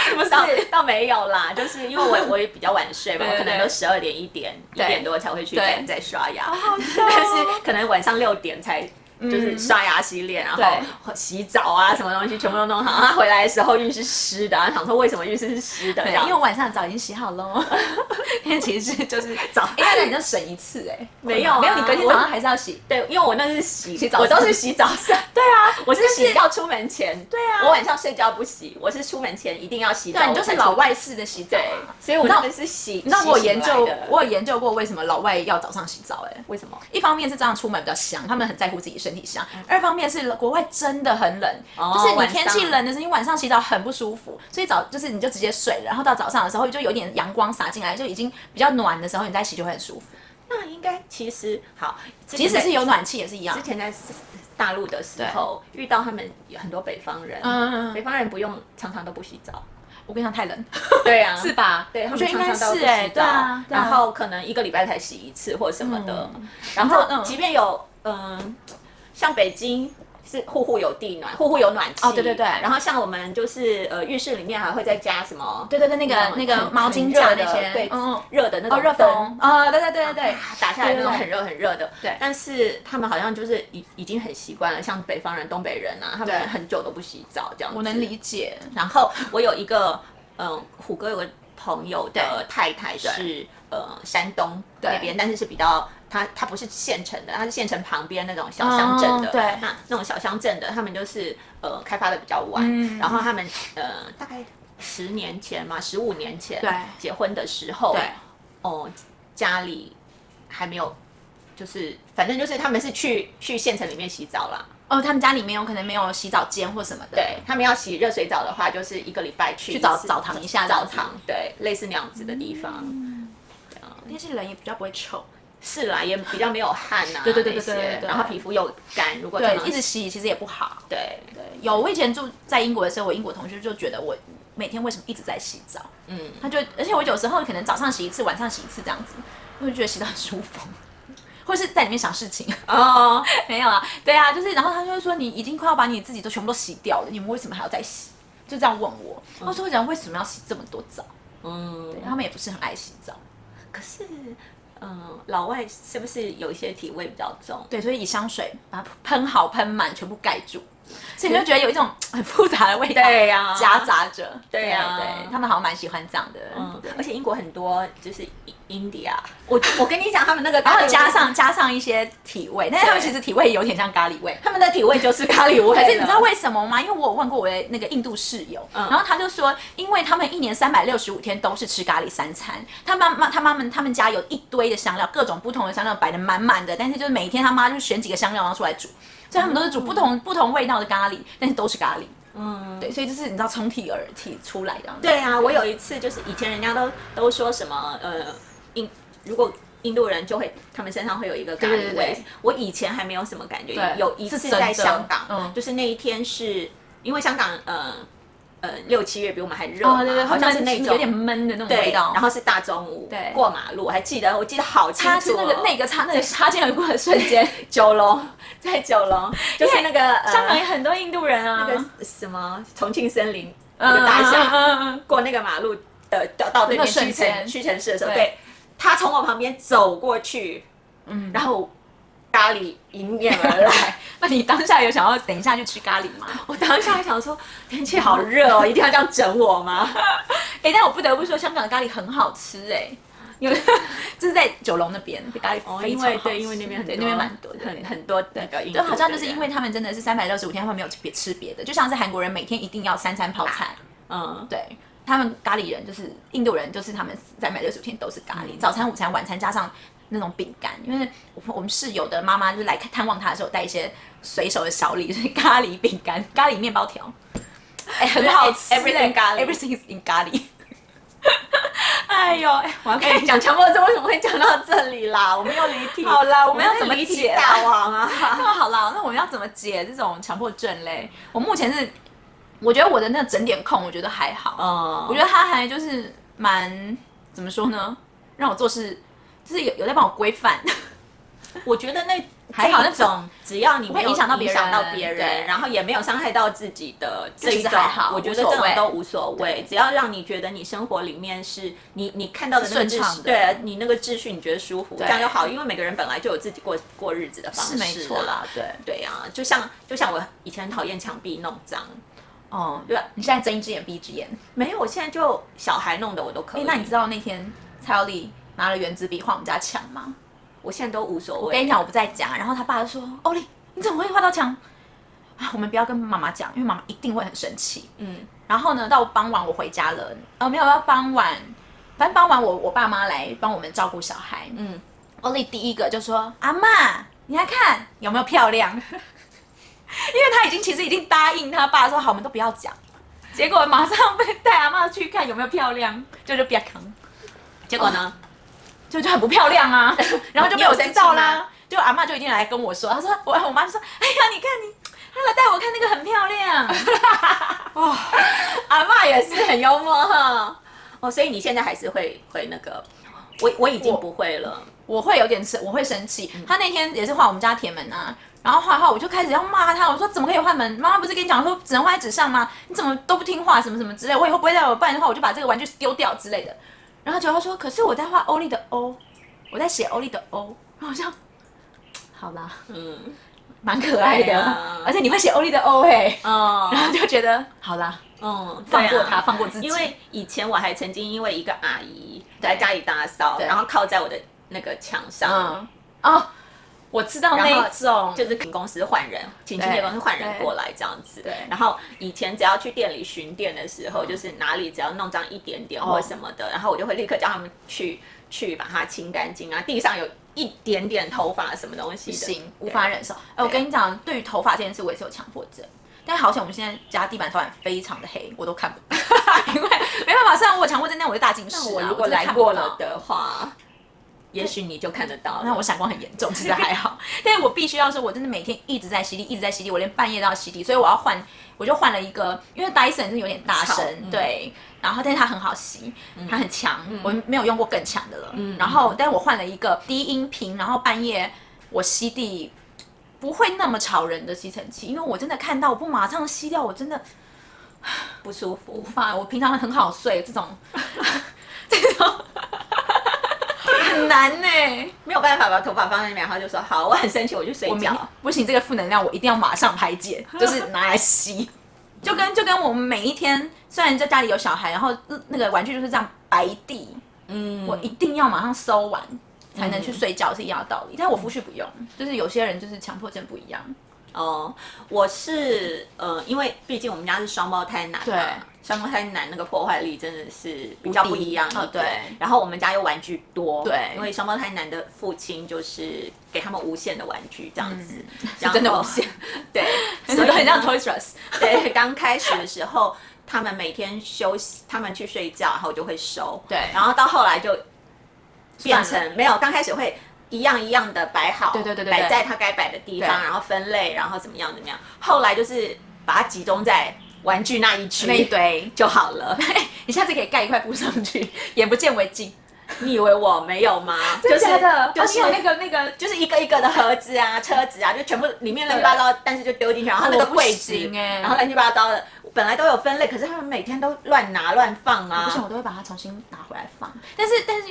S1: 是不是？
S2: 倒倒没有啦，就是因为 我我也比较晚睡嘛，
S1: 对
S2: 我可能都
S1: 对
S2: 十二点一点一
S1: 对
S2: 点多才会去
S1: 对
S2: 再再刷牙，
S1: 好笑哦嗯
S2: 但是可能晚上六点才。就是刷牙、洗脸，然后洗澡啊，什么东西全部都弄好。他回来的时候浴室是湿的，然后想说为什么浴室是湿的？
S1: 对，
S2: 然
S1: 因
S2: 后
S1: 为我晚上早已经洗好喽。 因为其实 就是
S2: 早
S1: 哎，那你就省一次哎、
S2: 没有啊
S1: 没有，你隔天早上还是要洗。
S2: 对，因为我那是洗
S1: 洗澡
S2: 我都
S1: 上
S2: 是洗澡 上，
S1: 对啊，
S2: 我是洗到出门前。对啊
S1: 啊
S2: 我晚上睡觉不洗，我是出门前一定要洗澡。
S1: 对，你就
S2: 我
S1: 是
S2: 才出
S1: 老外式的洗澡
S2: 对
S1: 啊。，
S2: 所以我
S1: 你知道
S2: 那个是洗。
S1: 你知道我有
S2: 洗
S1: 研
S2: 醒
S1: 究
S2: 来的，
S1: 我有研究过为什么老外要早上洗澡哎、
S2: 为什么？
S1: 一方面是早上出门比较香，他们很在乎自己身体香；二方面是国外真的很冷，
S2: 哦
S1: 就是你
S2: 晚上
S1: 天气冷的时候，你晚上洗澡很不舒服，所以早就是你就直接睡了，然后到早上的时候就有点阳光洒进来，就已经比较暖的时候，你再洗就会很舒服。
S2: 那应该其实好，
S1: 即
S2: 即
S1: 使是有暖气也是一样
S2: 之。前在大陆的时候遇到他们有很多北方人，
S1: 嗯嗯嗯
S2: 北方人不用常常都不洗 澡，
S1: 我跟你讲太冷，
S2: 对啊，
S1: 是吧？
S2: 对，
S1: 我
S2: 他
S1: 觉
S2: 们
S1: 得应
S2: 常
S1: 该
S2: 常都不
S1: 是
S2: 洗澡，
S1: 哎、对啊，对啊
S2: 然后可能一个礼拜才洗一次或什么的，然
S1: 嗯
S2: 后即便有嗯，像北京。是户户有地暖，户户有暖气。
S1: 哦对对对
S2: 然后像我们就是呃，浴室里面还会再加什么？
S1: 对对对，那个
S2: 种
S1: 那个
S2: 很
S1: 毛
S2: 很
S1: 巾
S2: 热
S1: 架那
S2: 的
S1: 些，
S2: 对，
S1: 嗯嗯，
S2: 热的那
S1: 哦
S2: 种
S1: 热
S2: 灯
S1: 风，啊、对对对对对，
S2: 打下来那种
S1: 对对对
S2: 很热很热的。
S1: 对
S2: 但是他们好像就是已已经很习惯了，像北方人、东北人啊，他
S1: 对
S2: 们很久都不洗澡这样子。
S1: 我能理解。
S2: 然后我有一个，嗯，虎哥有个朋友的太太是呃山东那边，但是是比较。他他不是县城的，他是县城旁边那种小乡镇的。
S1: 哦对
S2: 那那种小乡镇的，他们就是呃开发的比较晚，
S1: 嗯
S2: 然后他们呃大概十年前嘛，十五年前
S1: 对
S2: 结婚的时候，
S1: 对，
S2: 哦，家里还没有，就是反正就是他们是去去县城里面洗澡啦。
S1: 哦，他们家里面有可能没有洗澡间或什么的，
S2: 对，他们要洗热水澡的话，就是一个礼拜去
S1: 去
S2: 一
S1: 澡
S2: 次
S1: 澡堂一下这样
S2: 澡
S1: 子嗯
S2: 堂对，类似那样子的地方。
S1: 天气冷也比较不会臭。
S2: 是啦，也比较没有汗啊，
S1: 对对对
S2: 那些
S1: 对对对
S2: 然后皮肤又干，如果
S1: 对
S2: 常，常
S1: 一直洗其实也不好。
S2: 对，
S1: 有，我以前住在英国的时候，我英国同学就觉得我每天为什么一直在洗澡？
S2: 嗯，
S1: 他就，而且我有时候可能早上洗一次，晚上洗一次这样子，我就觉得洗澡很舒服，或是在里面想事情。
S2: 哦，
S1: 没有啊，对啊，就是，然后他就会说你已经快要把你自己都全部都洗掉了，你们为什么还要再洗？就这样问我，我说我讲为什么要洗这么多澡？
S2: 嗯
S1: 对，他们也不是很爱洗澡，
S2: 可是，嗯，老外是不是有一些体味比较重？
S1: 对，所以以香水把它喷好喷满，全部盖住，所以你就觉得有一种很复杂的味道。
S2: 对呀
S1: 夹杂着，
S2: 对啊
S1: 对，他们好像蛮喜欢这样的，
S2: 嗯
S1: 对，
S2: 而且英国很多就是印 India，我我跟你讲，他们那个
S1: 然
S2: 咖喱
S1: 后
S2: 味
S1: 加上加上一些体味，但是他们其实体味有点像咖喱味。
S2: 他们的体味就是咖喱味了，啊
S1: 可是你知道为什么吗？因为我有问过我的那个印度室友，
S2: 嗯
S1: 然后他就说，因为他们一年三百六十五天都是吃咖喱三餐，他妈妈他妈们他们家有一堆的香料，各种不同的香料摆的满满的，但是就是每天他妈就选几个香料然后出来煮，所以他们都是煮不同、不同味道的咖喱，但是都是咖喱。
S2: 嗯，
S1: 对，所以就是你知道从体而体出来这样子。
S2: 对啊，我有一次就是以前人家都都说什么呃印，如果印度人就会他们身上会有一个咖喱味，
S1: 对对对
S2: 我以前还没有什么感觉
S1: 对，
S2: 有一
S1: 是
S2: 次
S1: 真的
S2: 在香港，
S1: 嗯
S2: 就是那一天是因为香港呃呃六七月比我们还热嘛，
S1: 哦，对对，
S2: 好像是
S1: 闷
S2: 那种
S1: 有点闷的那种
S2: 对，
S1: 味道，
S2: 然后是大中午
S1: 对
S2: 过马路，我还记得我记得好清
S1: 他
S2: 楚、
S1: 是
S2: 哦，
S1: 那个那个擦那个擦肩而过的瞬 间，
S2: 九龙在九龙就是那个呃
S1: 香港有很多印度人啊，
S2: 那个什么重庆森林那
S1: 嗯
S2: 个大厦。
S1: 嗯嗯嗯
S2: 过那个马路的到到这
S1: 那
S2: 边
S1: 瞬
S2: 屈
S1: 间
S2: 臣屈臣氏的时候，
S1: 对
S2: 对，他从我旁边走过去，
S1: 嗯
S2: 嗯，然后咖喱迎面而 来，
S1: 那你当下有想要等一下去吃咖喱 吗？
S2: 我当下还想说天气好热哦，一定要这样整我 吗？
S1: 哎、但我不得不说，香港的咖喱很好吃哎、因为 就是在九龙那边的咖喱非常好吃、
S2: 因为对，因为那边很
S1: 哦对
S2: 多
S1: 那边蛮多的，
S2: 很很多那个印度
S1: 对，
S2: 人，
S1: 好像就是因为他们真的是三百六十五天，他们没有别吃别的，就像是韩国人每天一定要三餐泡菜，
S2: 嗯，
S1: 对他们咖喱人就是印度人，就是他们三百六十天都是咖喱，
S2: 嗯
S1: 早餐、午餐、晚餐加上那种饼干。因为我我们室友的妈妈就是 来看探望他的时候，带一些随手的小礼，就是咖喱饼干、咖喱面包条。哎、很好吃
S2: Everything 咖喱
S1: ，everything is in 咖喱。 哎呦，哎我要跟 你讲，
S2: 强迫症为什么会 讲 到这里啦？我们又离题。
S1: 好啦，我们要
S2: 是
S1: 怎么
S2: 离题
S1: 解啦
S2: 大王 啊？
S1: 那好啦，那我们要怎么解这种强迫症嘞？我目前是，我觉得我的那个整点控，我觉得还好，
S2: 嗯，
S1: 我觉得他还就是蛮怎么说呢，让我做事就是有有在帮我规范，
S2: 我觉得那
S1: 还好
S2: 这一
S1: 那
S2: 种只要你
S1: 不会
S2: 没有
S1: 影响到别人
S2: 影响到别
S1: 对
S2: 人，然后也没有伤害到自己的这一
S1: 其实
S2: 种
S1: 还好，
S2: 我觉得
S1: 无所
S2: 这种
S1: 谓
S2: 都无所谓，只要让你觉得你生活里面是你你看到的那个
S1: 是顺
S2: 秩
S1: 畅
S2: 序，
S1: 的
S2: 对你那个秩序你觉得舒服，
S1: 对
S2: 这样就好，因为每个人本来就有自己过过日子的方式
S1: 是
S2: 啦
S1: 没错啦，。对，
S2: 对呀、就像就像我以前很讨厌墙壁弄脏，
S1: 哦、
S2: 对
S1: 你现在睁一只眼闭一只眼。
S2: 没有，我现在就小孩弄的我都可
S1: 哎、
S2: 以。
S1: 那你知道那天蔡耀丽拿了原子笔画我们家墙吗？
S2: 我现在都无所
S1: 我跟
S2: 谓。
S1: 你讲，我不在家，然后他爸就说：“欧丽，你怎么会画到墙？”啊，我们不要跟妈妈讲，因为妈妈一定会很生气。
S2: 嗯，
S1: 然后呢，到傍晚我回家了，呃，没有到傍晚，反正傍晚我我爸妈来帮我们照顾小孩。
S2: 嗯
S1: 嗯，欧丽第一个就说：“阿妈，你来看有没有漂亮？” 因为他已经其实已经答应他爸说好，我们都不要讲，结果马上被带阿妈去看有没有漂亮，就就不要扛，
S2: 结果呢？
S1: 就就很不漂亮 啊，然后就
S2: 你
S1: 没
S2: 有
S1: 有
S2: 生
S1: 知道
S2: 气吗
S1: 啦。就阿妈就一定来跟我说，她说我我妈就说，哎呀，你看你，她来带我看那个很漂亮。 哦
S2: 阿妈也是很幽默哈。哦，所以你现在还是会会那个，我我已经
S1: 我
S2: 不会了。
S1: 我会有点生，我会生气。
S2: 嗯
S1: 他那天也是画我们家铁门啊，然后画画我就开始要骂他，我说怎么可以换门？妈妈不是跟你讲说只能画在纸上吗？你怎么都不听话，什么什么之类。我以后不会再有不然的话，我就把这个玩具丢掉之类的。然后结果他说，可是我在画欧丽的欧，我在写欧丽的欧，然后我就好啦，
S2: 嗯，
S1: 蛮可爱
S2: 对
S1: 的，
S2: 啊
S1: 而且你会写欧丽的欧哎、
S2: 哦，
S1: 然后就觉得好啦，
S2: 嗯，
S1: 放过
S2: 对啊
S1: 他，放过自己，
S2: 因为以前我还曾经因为一个阿姨来家里打扫，
S1: 对
S2: 然后靠在我的那个墙上，
S1: 嗯哦，我知道那
S2: 然后
S1: 一种，
S2: 就是请公司换人，请清洁公司换人
S1: 对
S2: 过来这样子。
S1: 对嗯
S2: 然后以前只要去店里巡店的时候，就是哪里只要弄脏一点点
S1: 哦
S2: 或什么的，然后我就会立刻叫他们去去把它清干净啊，地上有一点点头发什么东西
S1: 不
S2: 的，
S1: 行，
S2: 对
S1: 无法忍受。哎，我跟你讲，对于头发这件事，我也是有强迫症。但好险，我们现在家地板头发非常的黑，我都看不到， 因为没办法，虽然我有强迫症，但我是大近视、啊
S2: 那。我如果
S1: 真的
S2: 来
S1: 看不
S2: 过
S1: 到
S2: 了，的话，也许你就看得到
S1: 那
S2: 了。
S1: 我闪光很严重，其实还好。但是我必须要说，我真的每天一直在吸地，一直在吸地，我连半夜都要吸地，所以我要换，我就换了一个，因为 Dyson 是有点大
S2: 吵
S1: 声，
S2: 嗯
S1: 对。然后，但是它很好吸，它很强，我没有用过更强的了。
S2: 嗯
S1: 然后，但是我换了一个低音频，然后半夜我吸地不会那么吵人的吸尘器，因为我真的看到我不马上吸掉，我真的
S2: 不舒
S1: 无
S2: 服，
S1: 法。我平常很好睡，这种这种 很难呢、
S2: 没有办法把头发放在那边，然后就说好，我很生气，我去睡
S1: 我明
S2: 觉。
S1: 不行，这个负能量我一定要马上排 解，就是拿来吸。就跟就跟我们每一天，虽然在家里有小孩，然后呃那个玩具就是这样白地，
S2: 嗯，
S1: 我一定要马上收完才能去睡觉是一样的道理。但我夫婿不用，就是有些人就是强迫症不一样。
S2: 哦，我是呃，因为毕竟我们家是双胞胎男嘛，
S1: 对
S2: 双胞胎男那个破坏力真的是比较不一样
S1: 无敌
S2: 一点。
S1: 哦对
S2: 然后我们家又玩具多，
S1: 对
S2: 因为双胞胎男的父亲就是给他们无限的玩具这样子，
S1: 是嗯 真的无
S2: 限， 对，
S1: 所
S2: 所
S1: 以
S2: 以
S1: 都很像
S2: 呢
S1: Toys R Us，
S2: 对，刚开始的时候，他们每天休息，他们去睡觉，然后我就会收。
S1: 对
S2: 然后到后来就变
S1: 算了
S2: 成没有，刚开始会一样一样的摆好，
S1: 对对对对对
S2: 摆在它该摆的地方，
S1: 对
S2: 然后分类，然后怎么样怎么样。后来就是把它集中在玩具那一
S1: 那
S2: 区
S1: 一堆。
S2: 就好了。
S1: 你下次可以盖一块布上去，眼不见为净。
S2: 你以为我没有吗？
S1: 真的假的？
S2: 就
S1: 哦
S2: 是
S1: 你有那
S2: 个。
S1: 个那个，
S2: 就是一个一个的盒子啊、车子啊，就全部里面乱七八糟，但是就丢进去，然后那个
S1: 我不
S2: 柜子，
S1: 行欸
S2: 然后乱七八糟的，本来都有分类，可是他们每天都乱拿乱放啊。
S1: 不行，我都会把它重新拿回来放。但是，但是，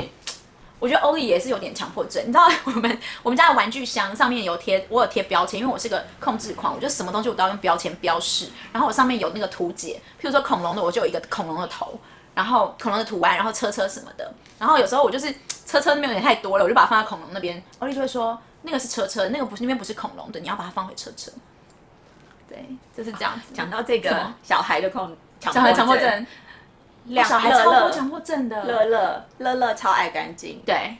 S1: 我觉得欧丽也是有点强迫症。你知道，我们我们家的玩具箱上面有贴，我有贴标签，因为我是个控制狂，我就什么东西我都要用标签标示。然后我上面有那个图解，譬如说恐龙的，我就有一个恐龙的头，然后恐龙的图案，然后车车什么的。然后有时候我就是车车那边有点太多了，我就把它放在恐龙那边。欧丽就会说那个是车车，那个不是那边不是恐龙的，你要把它放回车车。对，就是这样子。
S2: 讲到这
S1: 什
S2: 个
S1: 么
S2: 小孩的控强
S1: 小孩强迫，症，
S2: 两
S1: 小孩
S2: 乐
S1: 超多
S2: 乐
S1: 强迫症的。
S2: 乐乐乐乐超爱干净，
S1: 对，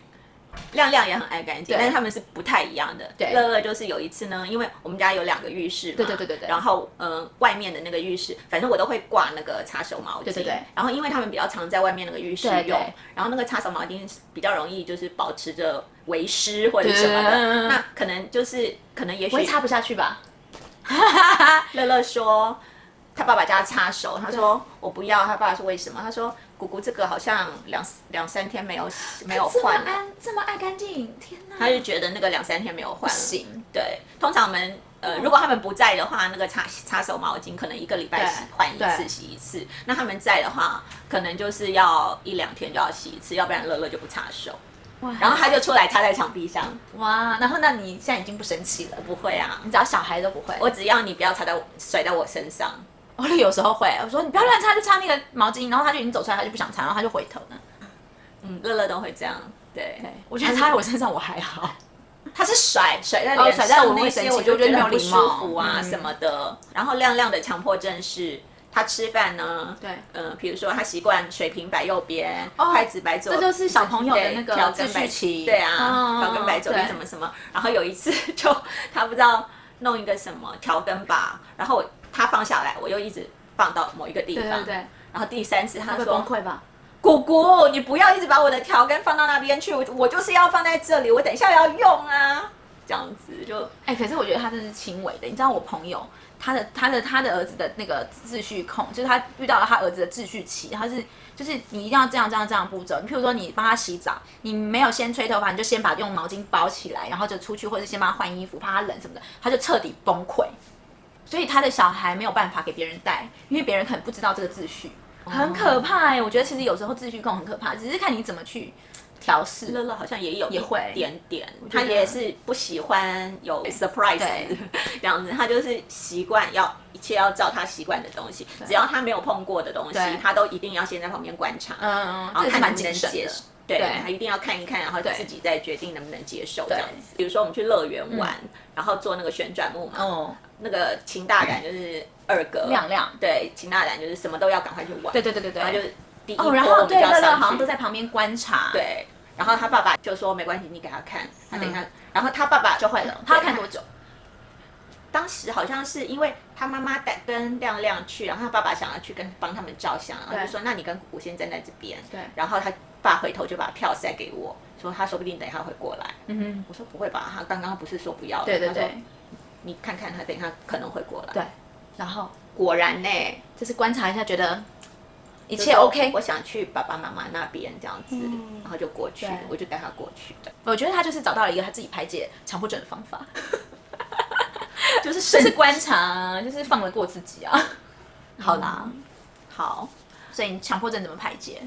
S2: 亮亮也很爱干净，
S1: 对
S2: 但是他们是不太一样的。
S1: 对
S2: 乐乐就是有一次呢，因为我们家有两个浴室嘛，
S1: 对对对对对
S2: 然后嗯、呃外面的那个浴室，反正我都会挂那个擦手毛巾。
S1: 对对对
S2: 然后因为他们比较常在外面那个浴室用，
S1: 对对
S2: 然后那个擦手毛巾比较容易就是保持着为湿或者什么
S1: 对对对对
S2: 的，
S1: 对
S2: 那可能就是可能也
S1: 我会
S2: 许
S1: 插不下去吧？
S2: 乐乐说，他爸爸叫他擦手，他说我不要，他爸爸说为什么？他说姑姑这个好像两两三天没有洗没有
S1: 这么
S2: 换了，
S1: 爱这么爱干净，天哪！
S2: 他就觉得那个两三天没有换
S1: 不
S2: 了。
S1: 行，
S2: 对，通常我们
S1: 哦
S2: 呃，如果他们不在的话，那个擦擦手毛巾可能一个礼拜
S1: 对
S2: 洗换一次
S1: 对
S2: 洗一次。那他们在的话，可能就是要一两天就要洗一次，要不然乐乐就不擦手。
S1: 哇
S2: 然后他就出来擦在墙壁上，
S1: 哇，然后那你现在已经不生气了，
S2: 不会啊，
S1: 你只要小孩都不会。
S2: 我只要你不要擦在我甩在我身上。
S1: 我有时候会，我说你不要乱擦，就擦那个毛巾，然后他就已经走出来，他就不想擦，然后他就回头了。
S2: 嗯，乐乐都会这样。对，
S1: 对，我觉得擦在我身上我还好。
S2: 他是甩甩在
S1: 哦
S2: 脸
S1: 甩
S2: 上
S1: 在我
S2: 那
S1: 会
S2: 些，
S1: 生气
S2: 我就
S1: 我觉得
S2: 得
S1: 没有
S2: 很不
S1: 礼
S2: 舒
S1: 貌
S2: 服啊
S1: 嗯
S2: 什么的。然后亮亮的强迫症是，他吃饭呢，
S1: 对
S2: 呃，比如说他习惯水平摆右边，
S1: 哦
S2: 筷子摆左，
S1: 这就是小朋友的
S2: 对
S1: 那个
S2: 调羹
S1: 秩
S2: 摆
S1: 序期
S2: 对啊，
S1: 嗯
S2: 调羹摆左边
S1: 对
S2: 什么什么。然后有一次 就他不知道弄一个什么调羹吧，然后我他放下来，我又一直放到某一个地方，
S1: 对，
S2: 然后第三次他
S1: 他会
S2: 说
S1: 崩。溃吧？
S2: 姑姑，你不要一直把我的调羹放到那边去，我我就是要放在这里，我等一下要用啊，这样子就
S1: 哎、可是我觉得他真是轻微的。你知道我朋友他的他的他的儿子的那个秩序控，就是他遇到了他儿子的秩序期，他是就是你一定要这样这样这样步骤。你譬如说你帮他洗澡，你没有先吹头发，你就先把用毛巾包起来，然后就出去，或者先帮他换衣服，怕他冷什么的，他就彻底崩溃。所以他的小孩没有办法给别人带，因为别人可能不知道这个秩序，很可怕哎、我觉得其实有时候秩序控很可怕，只是看你怎么去调试。
S2: 乐乐好像也有
S1: 也会
S2: 一点点，
S1: 觉
S2: 他
S1: 得
S2: 也是不喜欢有 surprise
S1: 对
S2: 这样子，他就是习惯要一切要照他习惯的东西，只要他没有碰过的东西
S1: 对，
S2: 他都一定要先在旁边观察，然
S1: 嗯，这
S2: 后
S1: 个是
S2: 看能
S1: 蛮
S2: 不
S1: 谨
S2: 能
S1: 慎的
S2: 接。受。对
S1: 对，
S2: 他一定要看一看，然后
S1: 对
S2: 自己再决定能不能接受这样子。比如说我们去乐园玩，
S1: 嗯
S2: 然后坐那个旋转木马，
S1: 哦，
S2: 那个秦大胆就是二哥，
S1: 亮亮
S2: 对，秦大胆就是什么都要赶快去玩，
S1: 对对对对对，
S2: 然后就第一波
S1: 哦，然
S2: 我
S1: 后
S2: 们就
S1: 对
S2: 要
S1: 乐乐好
S2: 上
S1: 像
S2: 去
S1: 都，在旁边观察，，
S2: 对，然后他爸爸就说没关系，你给他看，他等一下，然后他爸爸就会了，
S1: 嗯他要
S2: 对
S1: 看多久？
S2: 当时好像是因为他妈妈带跟亮亮去，然后他爸爸想要去跟帮他们照相，然后
S1: 对
S2: 就说那你跟姑姑先站在这边，
S1: 对
S2: 然后他爸回头就把票塞给我，说他说不定等一下会过来，
S1: 嗯，
S2: 我说不会吧，他刚刚不是说不要的，
S1: 对对
S2: 他说
S1: 对
S2: 你看看他等一下可能会过来，
S1: 对，然后
S2: 果然呢、
S1: 就是观察一下，觉得一
S2: 就
S1: 切
S2: 说
S1: OK。
S2: 我想去爸爸妈妈那边这样子，
S1: 嗯
S2: 然后就过去
S1: 对，
S2: 我就带他过去，
S1: 我觉得他就是找到了一个他自己排解强迫症的方 法，
S2: 就是
S1: 就
S2: 甚
S1: 是观察，啊就是放得过自己啊。嗯好啦，
S2: 好
S1: 所以你强迫症怎么排解？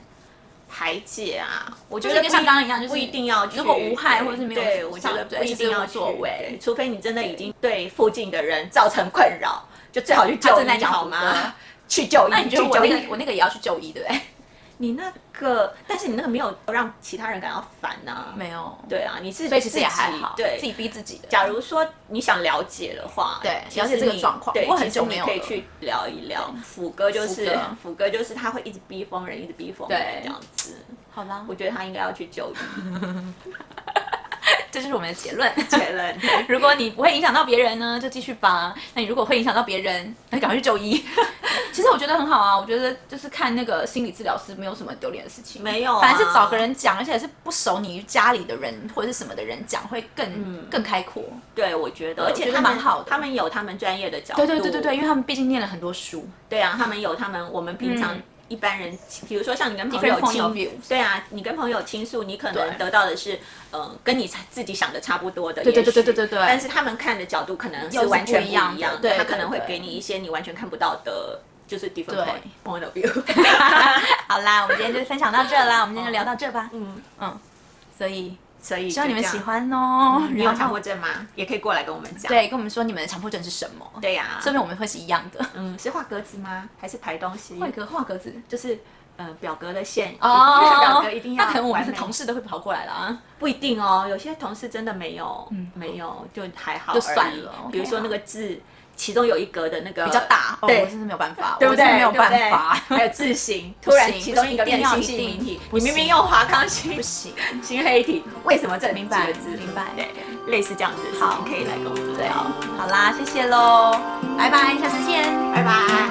S2: 排解啊，我觉
S1: 就是
S2: 得
S1: 跟
S2: 不
S1: 像刚刚一样，就是
S2: 不一定要去，
S1: 如果无害
S2: 对
S1: 或者是没有
S2: 对，我觉得
S1: 伤
S2: 不一
S1: 对
S2: 定要
S1: 就是无所谓
S2: 去对除非你真的已经对附近的人造成困扰，就最好去
S1: 他
S2: 救
S1: 正在
S2: 医
S1: 讲
S2: 好
S1: 胡
S2: 吗
S1: 歌？
S2: 去救医，
S1: 那你觉得
S2: 去
S1: 我
S2: 就
S1: 那
S2: 医
S1: 个。我那个也要去就医，欸对不对？
S2: 你那个，但是你那个没有让其他人感到烦呐、
S1: 没有，
S2: 对啊，你是
S1: 所以其实
S2: 自己
S1: 也还好，
S2: 对，
S1: 自己逼自己的。
S2: 假如说你想了解的话，
S1: 对
S2: 其实
S1: 了解这个
S2: 你
S1: 状况
S2: 对，
S1: 我很久
S2: 其实
S1: 没有
S2: 你可以
S1: 了
S2: 去聊一聊。福哥就是
S1: 福哥
S2: 福哥就是他会一直逼疯人，一直逼疯人
S1: 对
S2: 这样子。
S1: 好啦
S2: 我，觉得他应该要去就医
S1: 这就是我们的结论。
S2: 确认。
S1: 如果你不会影响到别人呢，就继续吧。那你如果会影响到别人，那赶快去就医。 其实我觉得很好啊，我觉得就是看那个心理治疗师没有什么丢脸的事情，
S2: 没有啊
S1: 反正是找个人讲，而且是不熟你家里的人或者是什么的人讲，会更、更开阔。
S2: 对，我觉得，
S1: 我
S2: 而且
S1: 觉得
S2: 他
S1: 蛮
S2: 们
S1: 好的
S2: 他们有他们专业的角度。
S1: 对对对对对，因为他们毕竟念了很多书，
S2: 对啊，他们有他们我们平常
S1: 嗯
S2: 一般人，比如说像你跟朋
S1: Different
S2: 友
S1: point of
S2: 倾
S1: view，
S2: 对啊，你跟朋友倾诉，你可能
S1: 对
S2: 得到的是，呃，跟你自己想的差不多的，
S1: 对对
S2: 也许
S1: 对对对对对
S2: 但是他们看的角度可能
S1: 又
S2: 是
S1: 是
S2: 完全
S1: 不
S2: 不
S1: 一
S2: 一
S1: 样
S2: 样
S1: 的
S2: 的，
S1: 对
S2: 他
S1: 对
S2: 可能会
S1: 对
S2: 给你一些你完全看不到的，就是 different
S1: 对
S2: point point of view。
S1: 好啦，我们今天就分享到这啦，我们今天就聊到这吧。
S2: 嗯，
S1: 嗯，所以
S2: 所以
S1: 希望
S2: 就
S1: 你们
S2: 这样
S1: 喜。欢哦。
S2: 你有
S1: 然
S2: 强
S1: 后
S2: 迫症吗？也可以过来跟我们讲。
S1: 对，跟我们说你们的强迫症是什么，
S2: 对呀、
S1: 说明我们会是一样的。
S2: 嗯，是画格子吗？还是排东西？
S1: 画格画格子。
S2: 就是呃表格的线
S1: 哦，
S2: 表格一定要
S1: 那可能我们是
S2: 完美
S1: 同事都会跑过来了啊。
S2: 不一定哦，有些同事真的没有，没有就还好，
S1: 嗯就算了
S2: 比如说
S1: OK，
S2: 那
S1: 啊
S2: 个字其中有一格的那个
S1: 比较，大，哦、
S2: 对
S1: 我真是没有办法，
S2: 对不对？
S1: 我真的没有办
S2: 对不对
S1: 法，
S2: 还有字 形，
S1: 不
S2: 突然
S1: 行
S2: 其
S1: 不
S2: 中
S1: 行
S2: 一个
S1: 一定
S2: 变
S1: 要
S2: 性
S1: 一
S2: 性
S1: 定
S2: 名体，
S1: 不
S2: 你明明
S1: 行
S2: 用华康新
S1: 不行，
S2: 新黑体，为什么这里
S1: 明白
S2: 几个字？
S1: 明白
S2: 对，类似这样子的事
S1: 好
S2: 情可以来跟我们
S1: 对
S2: 聊。，
S1: 好啦，谢谢喽，拜拜，下次见。
S2: 拜拜。